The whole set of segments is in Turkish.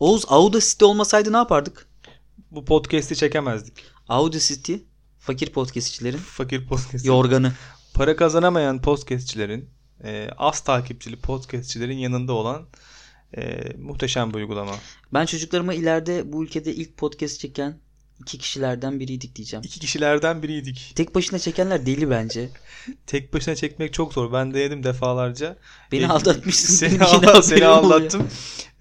Oğuz Audacity olmasaydı ne yapardık? Bu podcast'i çekemezdik. Audacity fakir podcastçilerin Fakir podcast. yorganı. Para kazanamayan podcastçilerin, e, az takipçili podcastçilerin yanında olan e, muhteşem bir uygulama. Ben çocuklarıma ileride bu ülkede ilk podcast çeken iki kişilerden biriydik diyeceğim. İki kişilerden biriydik. Tek başına çekenler deli bence. Tek başına çekmek çok zor. Ben denedim defalarca. Beni E, aldatmışsın. Seni, benim yine al, seni haberim oluyor. aldattım.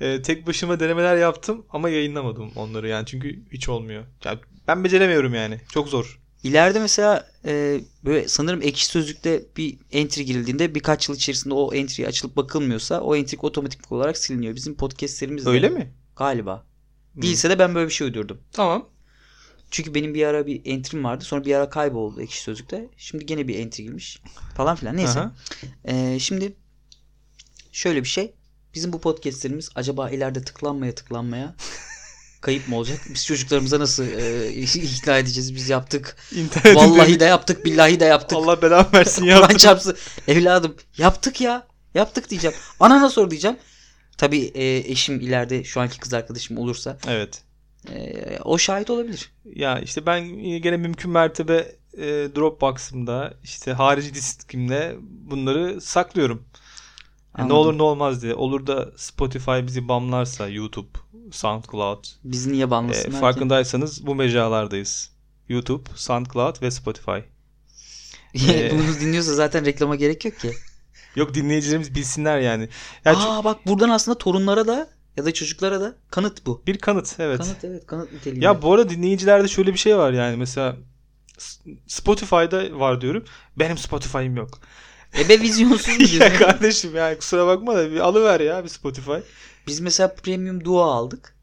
E, tek başıma denemeler yaptım ama yayınlamadım onları yani. Çünkü hiç olmuyor. Ya, ben beceremiyorum yani. Çok zor. İleride mesela e, böyle sanırım ekşi sözlükte bir entry girildiğinde birkaç yıl içerisinde o entry açılıp bakılmıyorsa o entry otomatik olarak siliniyor. Bizim podcastlerimiz de Öyle mi? Hmm. Galiba. Hı. Değilse de ben böyle bir şey uydurdum. Tamam. Çünkü benim bir ara bir entry'm vardı. Sonra bir ara kayboldu ekşi sözlükte. Şimdi gene bir entry girmiş. Falan filan. Neyse. Aha. Ee, şimdi şöyle bir şey. Bizim bu podcastlerimiz acaba ileride tıklanmaya tıklanmaya kayıp mı olacak? Biz çocuklarımıza nasıl e, ikna edeceğiz? Biz yaptık. İnternet Vallahi de yaptık. Billahi de yaptık. Allah belamı versin ya. Kur'an çarpsın. Evladım yaptık ya. Yaptık diyeceğim. Anana sor diyeceğim. Tabii e, eşim ileride şu anki kız arkadaşım olursa Evet. e, o şahit olabilir. Ya işte ben e, gene mümkün mertebe e, Dropbox'ımda işte harici diskimde bunları saklıyorum. Yani E, ne Anladım. olur ne olmaz diye. Olur da Spotify bizi bamlarsa YouTube, SoundCloud. e, Bizi niye banlasınlar ki? farkındaysanız bu mecralardayız. YouTube, SoundCloud ve Spotify. Ee, Bunu dinliyorsa zaten reklama gerek yok ki. Yok dinleyicilerimiz bilsinler yani. Ya çünkü- Aa bak buradan aslında torunlara da ya da çocuklara da kanıt bu. bir kanıt evet. Kanıt evet kanıt niteliğinde. Ya bu arada dinleyicilerde şöyle bir şey var yani mesela S- Spotify'da var diyorum. Benim Spotify'm yok. Ebe E vizyonsuz mu ya diyorsun? kardeşim yani kusura bakma da bir alıver ya bir Spotify. Biz mesela premium duo aldık.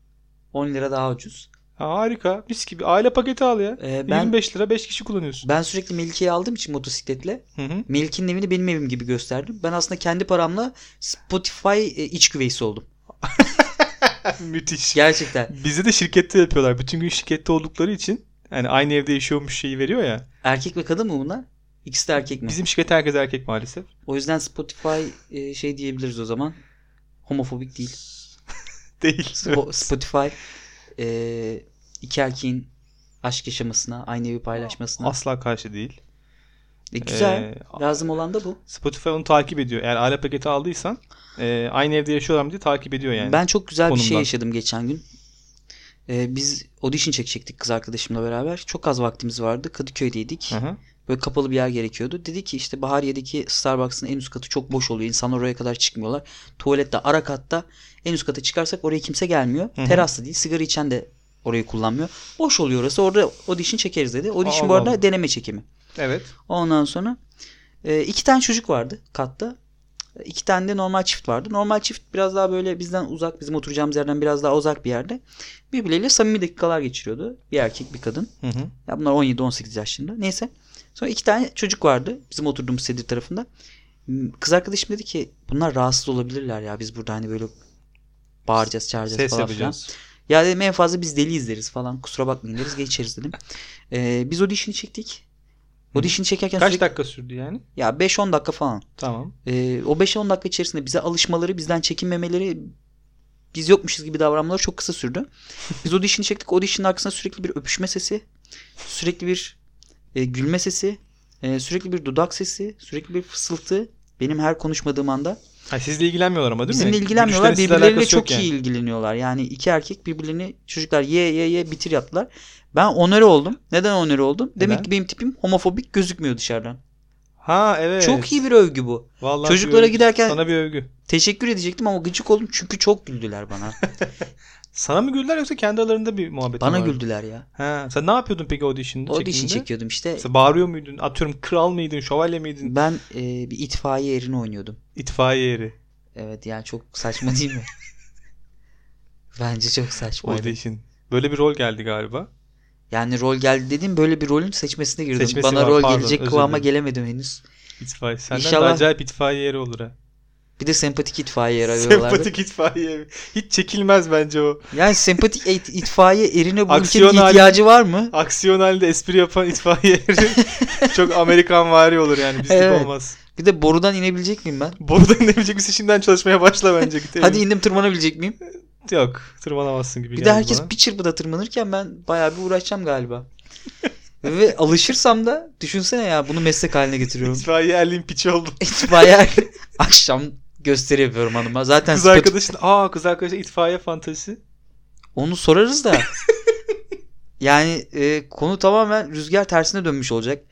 10 lira daha ucuz. Ha, harika. Mis gibi. Aile paketi al ya. Ee, ben 25 lira 5 kişi kullanıyorsun. ben sürekli Melike'yi aldığım için motosikletle Hı hı. Melike'nin evini benim evim gibi gösterdim. Ben aslında kendi paramla Spotify e, iç güveysi oldum. Müthiş. Gerçekten. Bizi de şirkette yapıyorlar. Bütün gün şirkette oldukları için yani aynı evde yaşıyormuş şeyi veriyor ya. Erkek ve kadın mı bunlar? İkisi de erkek mi? Bizim şirkette herkes erkek maalesef. O yüzden Spotify e, şey diyebiliriz o zaman. Homofobik değil. Değil. Spo- Spotify e, iki erkeğin aşk yaşamasına, aynı evi paylaşmasına. Asla karşı değil. E, güzel. Ee, Lazım olan da bu. Spotify onu takip ediyor. Eğer aile paketi aldıysan e, aynı evde yaşıyorlar mı diye takip ediyor yani. ben çok güzel bir şey konumdan. yaşadım geçen gün. E, biz audition çekecektik kız arkadaşımla beraber. Çok az vaktimiz vardı. Kadıköy'deydik. Hı hı. Böyle kapalı bir yer gerekiyordu. Dedi ki işte Bahariye'deki Starbucks'ın en üst katı çok boş oluyor. İnsanlar oraya kadar çıkmıyorlar. Tuvalette ara katta en üst kata çıkarsak oraya kimse gelmiyor. Hı hı. Terasta değil sigara içen de orayı kullanmıyor. Boş oluyor orası. Orada audition çekeriz dedi. Audition bu Allah arada Allah. deneme çekimi. Evet. Ondan sonra e, iki tane çocuk vardı katta. E, İki tane de normal çift vardı. Normal çift biraz daha böyle bizden uzak, bizim oturacağımız yerden biraz daha uzak bir yerde. Birbirleriyle samimi dakikalar geçiriyordu. Bir erkek, bir kadın. Hı hı. Ya bunlar 17-18 yaşlarında. Neyse. Sonra iki tane çocuk vardı bizim oturduğumuz sedir tarafında. M- Kız arkadaşım dedi ki bunlar rahatsız olabilirler ya biz burada hani böyle bağıracağız çağıracağız Ses falan filan. yapacağız. Ya dedim en fazla biz deli izleriz falan kusura bakmayın deriz geçeriz dedim. Ee, biz audition'ı çektik. Audition'ı çekerken Kaç sürekli- dakika sürdü yani? ya 5-10 dakika falan. Tamam. Ee, o 5-10 dakika içerisinde bize alışmaları, bizden çekinmemeleri, biz yokmuşuz gibi davranmaları çok kısa sürdü. Biz audition'ı çektik. Audition'ın arkasında sürekli bir öpüşme sesi, sürekli bir e, gülme sesi, e, sürekli bir dudak sesi, sürekli bir fısıltı. Benim her konuşmadığım anda. Ha, sizle ilgilenmiyorlar ama değil mi? Bizimle ilgilenmiyorlar. Gülüşlerin sizle Birbirleriyle alakası yok çok iyi ilgileniyorlar. Yani iki erkek birbirlerini çocuklar ye ye ye bitir yaptılar. Ben onore oldum. Neden onore oldum? Demek Neden? ki benim tipim homofobik gözükmüyor dışarıdan. Ha evet. Çok iyi bir övgü bu. Vallahi Çocuklara bir övgü. giderken- Sana bir övgü. Teşekkür edecektim ama gıcık oldum çünkü çok güldüler bana. Sana mı güldüler yoksa kendi aralarında bir muhabbet mi Bana vardı? güldüler ya. Ha, sen ne yapıyordun peki audition'da? O dişini çekiminde? çekiyordum işte. Mesela bağırıyor muydun? Atıyorum kral mıydın? Şövalye miydin? Ben e, bir itfaiye erini oynuyordum. İtfaiye eri. Evet yani çok saçma değil mi? Bence çok saçmaydı. Audition. Böyle bir rol geldi galiba. Yani rol geldi dediğim böyle bir rolün seçmesine girdim. Seçmesi Bana var, rol pardon, gelecek özür kıvama dilerim. gelemedim henüz. İtfaiye. Senden de İnşallah- acayip itfaiye eri olur ha. Bir de sempatik itfaiye yer arıyorlardı. Sempatik itfaiye eri. Hiç çekilmez bence o. Yani sempatik it- itfaiye erine bu Aksiyon ülkenin hali- ihtiyacı var mı? Aksiyon halinde espri yapan itfaiye eri çok Amerikan vari olur yani. Bizlik Evet. olmaz. Bir de borudan inebilecek miyim ben? Buradan inebilecek misin şimdiden çalışmaya başla bence. Git Hadi evine. indim tırmanabilecek miyim? Yok tırmanamazsın gibi Bir de geldi herkes bana. bir çırpıda tırmanırken ben bayağı bir uğraşacağım galiba. Ve alışırsam da düşünsene ya bunu meslek haline getiriyorum. İtfaiye erliğin piçi oldu. bayağı akşam gösteri yapıyorum hanıma. Zaten Kız Spotify- arkadaşın aa kız arkadaşın itfaiye fantazisi. onu sorarız da. yani e, konu tamamen rüzgar tersine dönmüş olacak.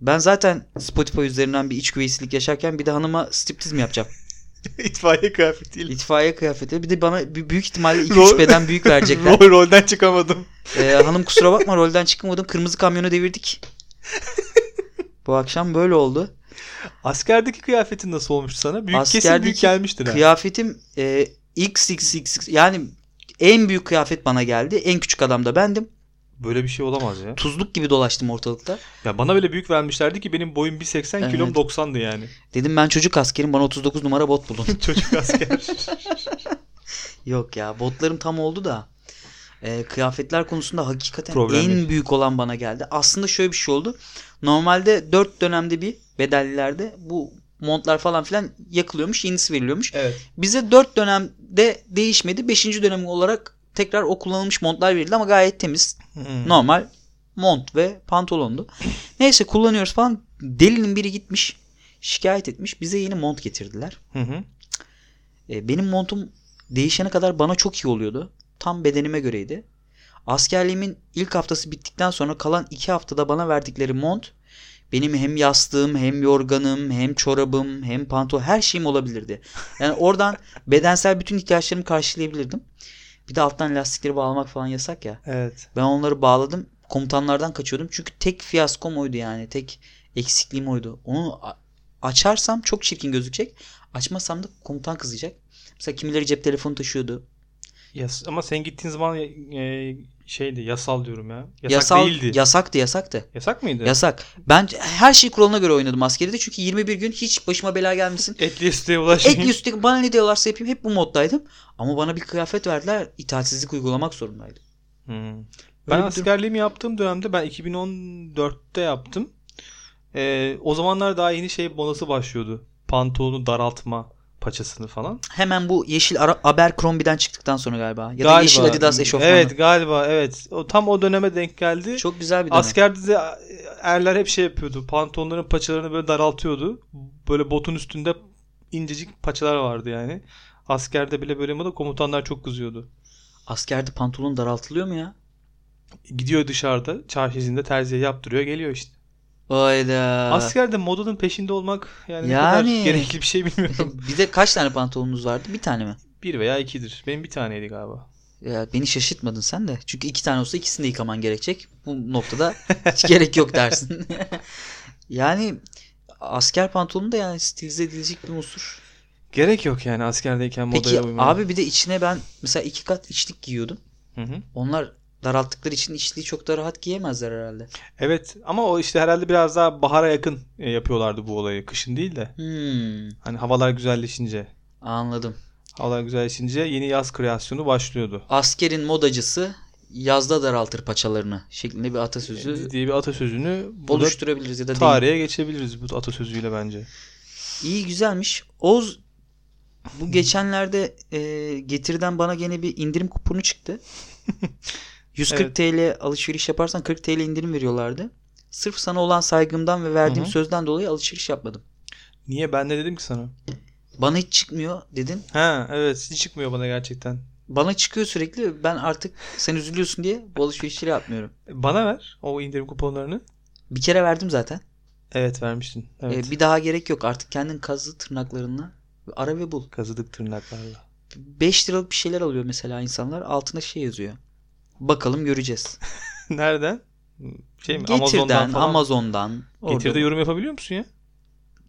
Ben zaten Spotify üzerinden bir iç güveysilik yaşarken bir de hanıma striptiz mi yapacağım? itfaiye kıyafetiyle. İtfaiye kıyafeti. Bir de bana bir- büyük ihtimalle 2-3 Rol- beden büyük verecekler. Rol, rolden çıkamadım. Ee, hanım kusura bakma rolden çıkamadım. Kırmızı kamyonu devirdik. Bu akşam böyle oldu. Askerdeki kıyafetin nasıl olmuş sana? Büyük kesin büyük Askerdeki gelmiştir ha. Kıyafetim e, XXX yani en büyük kıyafet bana geldi. En küçük adam da bendim. Böyle bir şey olamaz ya. Tuzluk gibi dolaştım ortalıkta. Ya bana böyle büyük vermişlerdi ki benim boyum 1.80 kilom Evet. 90'dı yani. Dedim ben çocuk askerim bana 39 numara bot bulun. Çocuk asker. Yok ya botlarım tam oldu da. e, kıyafetler konusunda hakikaten Problem en değil. büyük olan bana geldi. Aslında şöyle bir şey oldu. Normalde 4 dönemde bir bedellilerde bu montlar falan filan yakılıyormuş yenisi veriliyormuş. evet. Bize 4 dönemde değişmedi. 5. dönem olarak tekrar o kullanılmış montlar verildi ama gayet temiz. Hmm. Normal mont ve pantolondu. Neyse kullanıyoruz falan. Delinin biri gitmiş şikayet etmiş. Bize yeni mont getirdiler. Hı hı. E, benim montum değişene kadar bana çok iyi oluyordu. Tam bedenime göreydi. Askerliğimin ilk haftası bittikten sonra kalan iki haftada bana verdikleri mont benim hem yastığım hem yorganım hem çorabım hem pantolon her şeyim olabilirdi. Yani oradan bedensel bütün ihtiyaçlarımı karşılayabilirdim. Bir de alttan lastikleri bağlamak falan yasak ya. Evet. Ben onları bağladım. Komutanlardan kaçıyordum. Çünkü tek fiyaskom oydu yani. Tek eksikliğim oydu. Onu a- açarsam çok çirkin gözükecek. Açmazsam da komutan kızacak. Mesela kimileri cep telefonu taşıyordu. Yas- ama sen gittiğin zaman e, şeydi yasal diyorum ya. Yasak Yasal, değildi. Yasaktı yasaktı. yasak mıydı? Yasak. Ben her şey kuralına göre oynadım askeride. Çünkü 21 gün hiç başıma bela gelmesin. Etli üstüye Ek ulaşmayayım. üstteki bana ne diyorlarsa yapayım. Hep bu moddaydım. Ama bana bir kıyafet verdiler. İtaatsizlik uygulamak zorundaydım. Hı. Öyle bir Hmm. Ben durum. askerliğimi yaptığım dönemde ben 2014'te yaptım. E, o zamanlar daha yeni şey bonası başlıyordu. Pantolonu daraltma paçasını falan. Hemen bu yeşil Ara- Abercrombie'den çıktıktan sonra galiba. Ya da Galiba- yeşil Adidas eşofmanı. Evet galiba evet. O, tam o döneme denk geldi. Çok güzel bir dönem. Askerde de e, erler hep şey yapıyordu. Pantolonların paçalarını böyle daraltıyordu. Böyle botun üstünde incecik paçalar vardı yani. Askerde bile böyle mi da komutanlar çok kızıyordu. Askerde pantolon daraltılıyor mu ya? Gidiyor dışarıda çarşısında terziye yaptırıyor geliyor işte. Hayda. Askerde modanın peşinde olmak Ee, yani, ne Yani. kadar gerekli bir şey bilmiyorum. bir de kaç tane pantolonunuz vardı? Bir tane mi? bir veya ikidir. Benim bir taneydi galiba. Ya beni şaşırtmadın sen de. Çünkü iki tane olsa ikisini de yıkaman gerekecek. Bu noktada hiç gerek yok dersin. yani asker pantolonu da yani stilize edilecek bir unsur. Gerek yok yani askerdeyken modaya Peki uymaya. abi bir de içine ben mesela iki kat içlik giyiyordum. Hı hı. Onlar daralttıkları için içliği çok da rahat giyemezler herhalde. Evet ama o işte herhalde biraz daha bahara yakın e, yapıyorlardı bu olayı. Kışın değil de. Hmm, Hani havalar güzelleşince. anladım. Havalar güzelleşince yeni yaz kreasyonu başlıyordu. Askerin modacısı yazda daraltır paçalarını şeklinde bir atasözü E, diye bir atasözünü burada oluşturabiliriz ya da değil. tarihe geçebiliriz bu atasözüyle bence. İyi güzelmiş. Oz bu geçenlerde e, getirden bana gene bir indirim kuponu çıktı. 140 Evet. TL alışveriş yaparsan 40 TL indirim veriyorlardı. Sırf sana olan saygımdan ve verdiğim Hı hı. sözden dolayı alışveriş yapmadım. Niye ben de dedim ki sana? Bana hiç çıkmıyor dedin. Ha evet hiç çıkmıyor bana gerçekten. Bana çıkıyor sürekli. Ben artık sen üzülüyorsun diye bu alışverişleri yapmıyorum. Bana ver o indirim kuponlarını. Bir kere verdim zaten. Evet vermiştin. E, Evet. bir daha gerek yok. Artık kendin kazı tırnaklarınla ara ve bul. Kazıdık tırnaklarla. 5 liralık bir şeyler alıyor mesela insanlar. Altına şey yazıyor. Bakalım göreceğiz. Nereden? Şey mi? Getirden, Amazon'dan Amazon'dan, falan. orada Getir'de yorum yapabiliyor musun ya?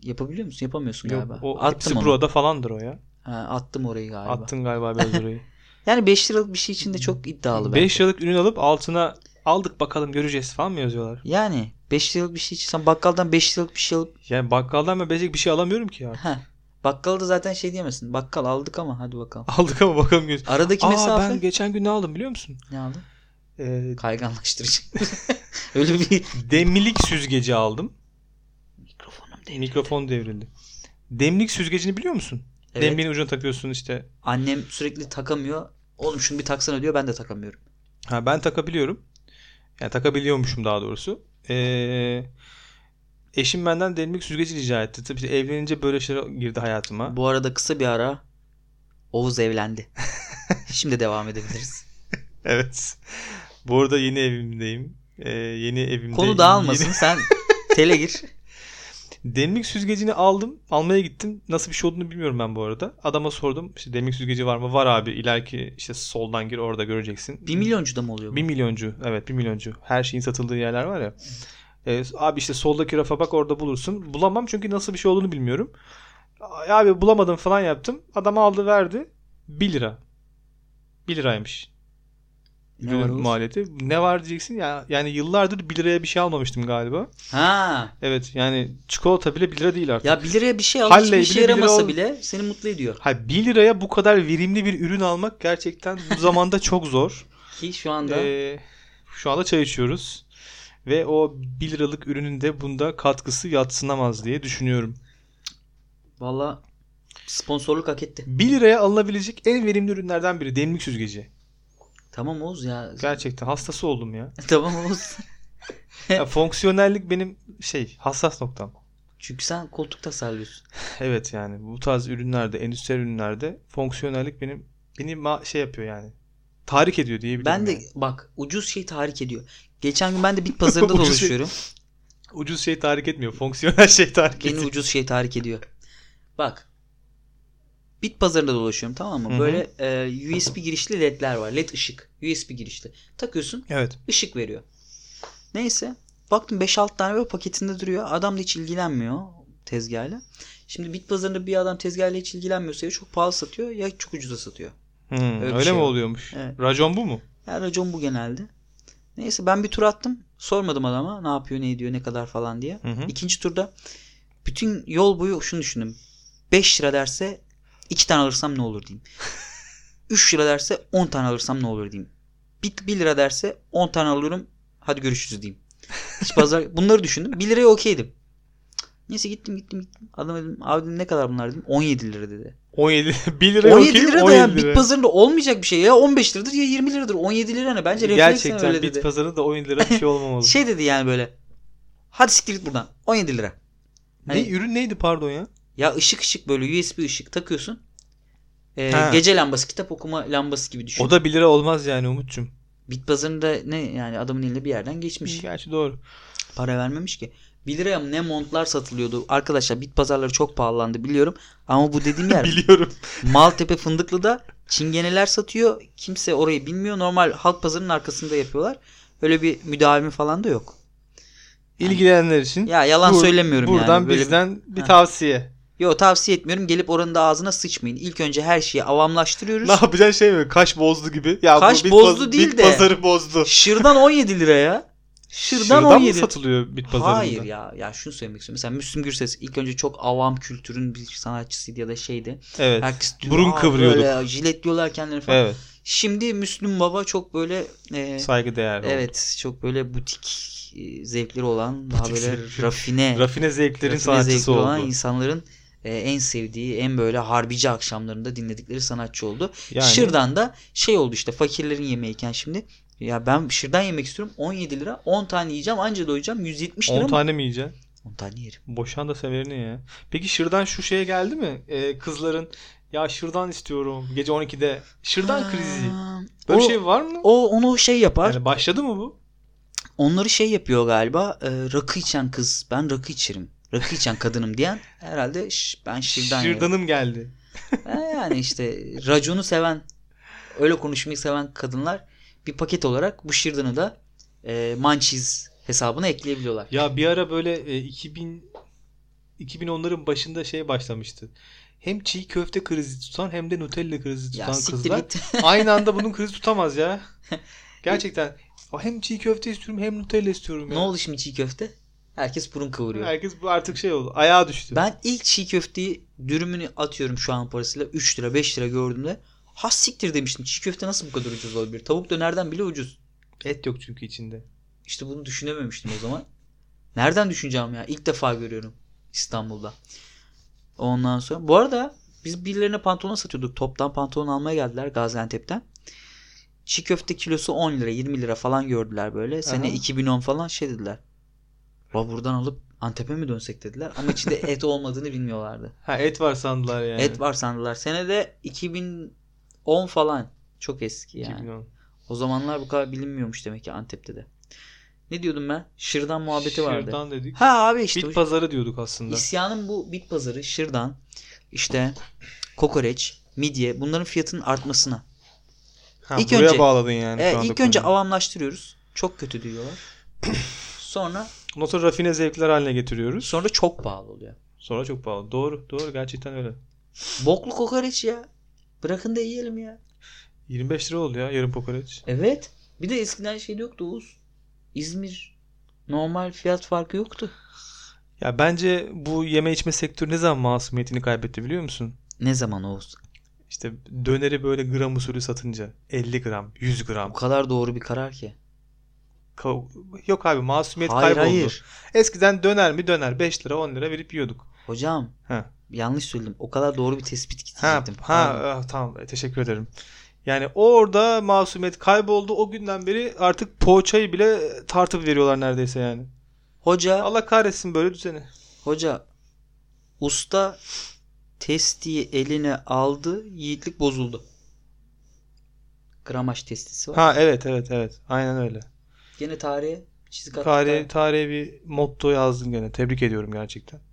yapabiliyor musun? Yapamıyorsun galiba. Yok, o attım hepsi onu. burada falandır o ya. Ha, attım orayı galiba. Attın galiba biraz orayı. Yani 5 liralık bir şey için de çok iddialı 5 bence. yıllık ürün alıp altına aldık bakalım göreceğiz falan mı yazıyorlar? Yani 5 liralık bir şey için sen bakkaldan 5 liralık bir şey alıp Yani bakkaldan ben belecek bir şey alamıyorum ki ya. ha bakkalda zaten şey diyemezsin. Bakkal aldık ama hadi bakalım. Aldık ama bakalım göreceğiz. Aradaki Aa mesafe ben geçen gün ne aldım biliyor musun? ne aldın? Ee, Kayganlaştırıcı. Öyle bir demlik süzgeci aldım. mikrofonum Mikrofon devrildi. Demlik süzgecini biliyor musun? Evet. Demliğin ucuna takıyorsun işte. Annem sürekli takamıyor. Oğlum şunu bir taksana diyor ben de takamıyorum. Ha, ben takabiliyorum. Yani takabiliyormuşum daha doğrusu. Ee, eşim benden derinlik süzgeci rica etti. Tabii işte evlenince böyle şeyler girdi hayatıma. Bu arada kısa bir ara Oğuz evlendi. Şimdi devam edebiliriz. Evet. Bu arada yeni evimdeyim. Ee, yeni evimde. Konu dağılmasın sen tele gir. Demlik süzgecini aldım. Almaya gittim. Nasıl bir şey olduğunu bilmiyorum ben bu arada. Adama sordum. İşte demlik süzgeci var mı? Var abi. İleriki işte soldan gir orada göreceksin. Bir milyoncuda mı oluyor bu? Bir milyoncu. Evet bir milyoncu. Her şeyin satıldığı yerler var ya. Ee, abi işte soldaki rafa bak orada bulursun. Bulamam çünkü nasıl bir şey olduğunu bilmiyorum. Ay Abi bulamadım falan yaptım. Adam aldı verdi. 1 lira. 1 liraymış. Ne var Oğuz? maliyeti. Ne var diyeceksin ya. Yani yıllardır 1 liraya bir şey almamıştım galiba. Ha. Evet yani çikolata bile 1 lira değil artık. Ya 1 liraya bir şey al Halley hiçbir bile işe bir lira yaramasa ol- bile seni mutlu ediyor. Ha 1 liraya bu kadar verimli bir ürün almak gerçekten bu zamanda çok zor. Ki şu anda Ee, şu anda çay içiyoruz. Ve o 1 liralık ürünün de bunda katkısı yatsınamaz diye düşünüyorum. valla sponsorluk hak etti. 1 liraya alınabilecek en verimli ürünlerden biri demlik süzgeci. Tamam Oğuz ya. Gerçekten hastası oldum ya. tamam Oğuz. ya fonksiyonellik benim şey hassas noktam. Çünkü sen koltuk tasarlıyorsun. Evet yani bu tarz ürünlerde, endüstriyel ürünlerde fonksiyonellik benim beni ma- şey yapıyor yani. Tahrik ediyor diyebilirim. Ben de yani. bak ucuz şey tahrik ediyor. Geçen gün ben de bit pazarında Ucuz şey- dolaşıyorum. ucuz şey tahrik etmiyor. Fonksiyonel şey tahrik Beni ediyor. ucuz şey tahrik ediyor. Bak. Bit pazarında dolaşıyorum tamam Hı mı? hı. Böyle e, USB girişli ledler var. Led ışık. USB girişli. Takıyorsun Evet. ışık veriyor. Neyse. Baktım 5-6 tane böyle paketinde duruyor. Adam da hiç ilgilenmiyor tezgahla. Şimdi bit pazarında bir adam tezgahla hiç ilgilenmiyorsa ya çok pahalı satıyor ya çok ucuza satıyor. Hmm, bir öyle şey mi var. oluyormuş? Evet. Racon bu mu? Yani racon bu genelde. Neyse ben bir tur attım. Sormadım adama ne yapıyor ne ediyor ne kadar falan diye. Hı hı. İkinci turda bütün yol boyu şunu düşündüm. 5 lira derse 2 tane alırsam ne olur diyeyim. 3 lira derse 10 tane alırsam ne olur diyeyim. 1 lira derse 10 tane alıyorum hadi görüşürüz diyeyim. Hiç pazar bunları düşündüm. 1 liraya okeydim. Neyse gittim gittim gittim. Adam dedim abi dedim, ne kadar bunlar dedim. 17 lira dedi. 17 1 lira 17 okeyim, lira da ya 17 lira. bit pazarında olmayacak bir şey ya 15 liradır ya 20 liradır 17 lira ne bence refleksen Gerçekten öyle bit dedi. pazarı da 17 lira bir şey olmamalı. Şey dedi yani böyle hadi siktir git buradan 17 lira. ne Hani- ürün neydi pardon ya? Ya ışık ışık böyle USB ışık takıyorsun. Ee, Ha. gece lambası kitap okuma lambası gibi düşün. O da 1 lira olmaz yani Umut'cum. Bit pazarında ne yani adamın elinde bir yerden geçmiş. Gerçi doğru. Para vermemiş ki. 1 liraya mı ne montlar satılıyordu. Arkadaşlar bit pazarları çok pahalandı biliyorum. Ama bu dediğim yer Biliyorum. Maltepe Fındıklı'da çingeneler satıyor. Kimse orayı bilmiyor. Normal halk pazarının arkasında yapıyorlar. Öyle bir müdavimi falan da yok. İlgilenenler için Ya yalan Bur- söylemiyorum buradan yani. Böyle bir- bizden bir Ha. tavsiye. Yo tavsiye etmiyorum. Gelip oranın da ağzına sıçmayın. İlk önce her şeyi avamlaştırıyoruz. Ne yapacaksın şey mi? Kaş bozdu gibi. Ya Kaş bu bit bozdu baz- değil bit de- pazarı bozdu. Şırdan 17 liraya. Şırdan, Şırdan mı 17. satılıyor bit pazarında? Hayır ya. Ya şunu söylemek istiyorum. Mesela Müslüm Gürses ilk önce çok avam kültürün bir sanatçısıydı ya da şeydi. Evet. Herkes diyor, Burun "Aa, kıvırıyordu." Böyle jiletliyorlar kendilerini falan. Evet. Şimdi Müslüm Baba çok böyle e, Saygı değer. Evet çok böyle butik e, zevkleri olan daha Butik böyle zevkleri. rafine, Rafine zevklerin rafine sanatçısı zevkleri olan oldu. insanların e, en sevdiği en böyle harbici akşamlarında dinledikleri sanatçı oldu. Yani Şırdan da şey oldu işte fakirlerin yemeğiyken şimdi ya ben şırdan yemek istiyorum 17 lira 10 tane yiyeceğim anca doyacağım 170 lira 10 mı? tane mi yiyeceksin? 10 tane yerim. Boşan da severini ya. Peki şırdan şu şeye geldi mi? Ee, kızların ya şırdan istiyorum gece 12'de. Şırdan krizi. Ha, Böyle o, şey var mı? o onu şey yapar. Yani başladı mı bu? Onları şey yapıyor galiba. e, rakı içen kız ben rakı içerim. Rakı içen kadınım diyen herhalde "Şş, ben şırdan yerim. Şırdanım geldi. Ha, yani işte raconu seven, öyle konuşmayı seven kadınlar bir paket olarak bu şırdanı da e, mançiz hesabına ekleyebiliyorlar. Ya bir ara böyle e, 2000 2010'ların başında şey başlamıştı. Hem çiğ köfte krizi tutan hem de Nutella krizi Ya tutan siktir kızlar git. aynı anda bunun krizi tutamaz ya. Gerçekten. Hem çiğ köfte istiyorum hem Nutella istiyorum ya. ne oldu şimdi çiğ köfte? Herkes burun kıvırıyor. Herkes bu artık şey oldu. Ayağa düştü. Ben ilk çiğ köfteyi dürümünü atıyorum şu an parasıyla 3 lira 5 lira gördüğümde ha siktir demiştim. Çiğ köfte nasıl bu kadar ucuz olabilir? Tavuk dönerden bile ucuz. Et yok çünkü içinde. İşte bunu düşünememiştim o zaman. Nereden düşüneceğim ya? İlk defa görüyorum İstanbul'da. Ondan sonra bu arada biz birilerine pantolon satıyorduk. Toptan pantolon almaya geldiler Gaziantep'ten. çiğ köfte kilosu 10 lira 20 lira falan gördüler böyle. Sene Aha. 2010 falan şey dediler. La buradan alıp Antep'e mi dönsek dediler. Ama içinde et olmadığını bilmiyorlardı. Ha et var sandılar yani. Et var sandılar. Senede 2010 falan. Çok eski yani. 2010. O zamanlar bu kadar bilinmiyormuş demek ki Antep'te de. Ne diyordum ben? Şırdan muhabbeti vardı. Şırdan dedik. Ha abi işte. Bit pazarı diyorduk aslında. İsyanın bu bit pazarı, şırdan, işte kokoreç, midye bunların fiyatının artmasına. Ha, İlk buraya önce- bağladın yani. E, şu anda ilk önce konuyu. avamlaştırıyoruz. Çok kötü diyorlar. sonra Ondan sonra rafine zevkler haline getiriyoruz. sonra çok pahalı oluyor. Sonra çok pahalı. Doğru. Doğru. Gerçekten öyle. Boklu kokoreç ya. Bırakın da yiyelim ya. 25 lira oldu ya yarım kokoreç. Evet. Bir de eskiden şey de yoktu Oğuz. İzmir normal fiyat farkı yoktu. Ya bence bu yeme içme sektörü ne zaman masumiyetini kaybetti biliyor musun? Ne zaman Oğuz? İşte döneri böyle gram usulü satınca 50 gram, 100 O gram. kadar doğru bir karar ki. Ka- Yok abi masumiyet hayır kayboldu. hayır. Eskiden döner mi döner 5 lira 10 lira verip yiyorduk. Hocam Ha. yanlış söyledim. O kadar doğru bir tespit Ha, getirecektim. ha, ah, tamam e, teşekkür ederim. Yani orada masumiyet kayboldu. O günden beri artık poğaçayı bile tartıp veriyorlar neredeyse yani. Hoca Allah kahretsin böyle düzeni. Hoca usta testiyi eline aldı yiğitlik bozuldu. Gramaj testisi var. Ha evet evet evet. Aynen öyle. Gene tarihe çizik attık. Tarihe, tarihe bir motto yazdın gene. Tebrik ediyorum gerçekten.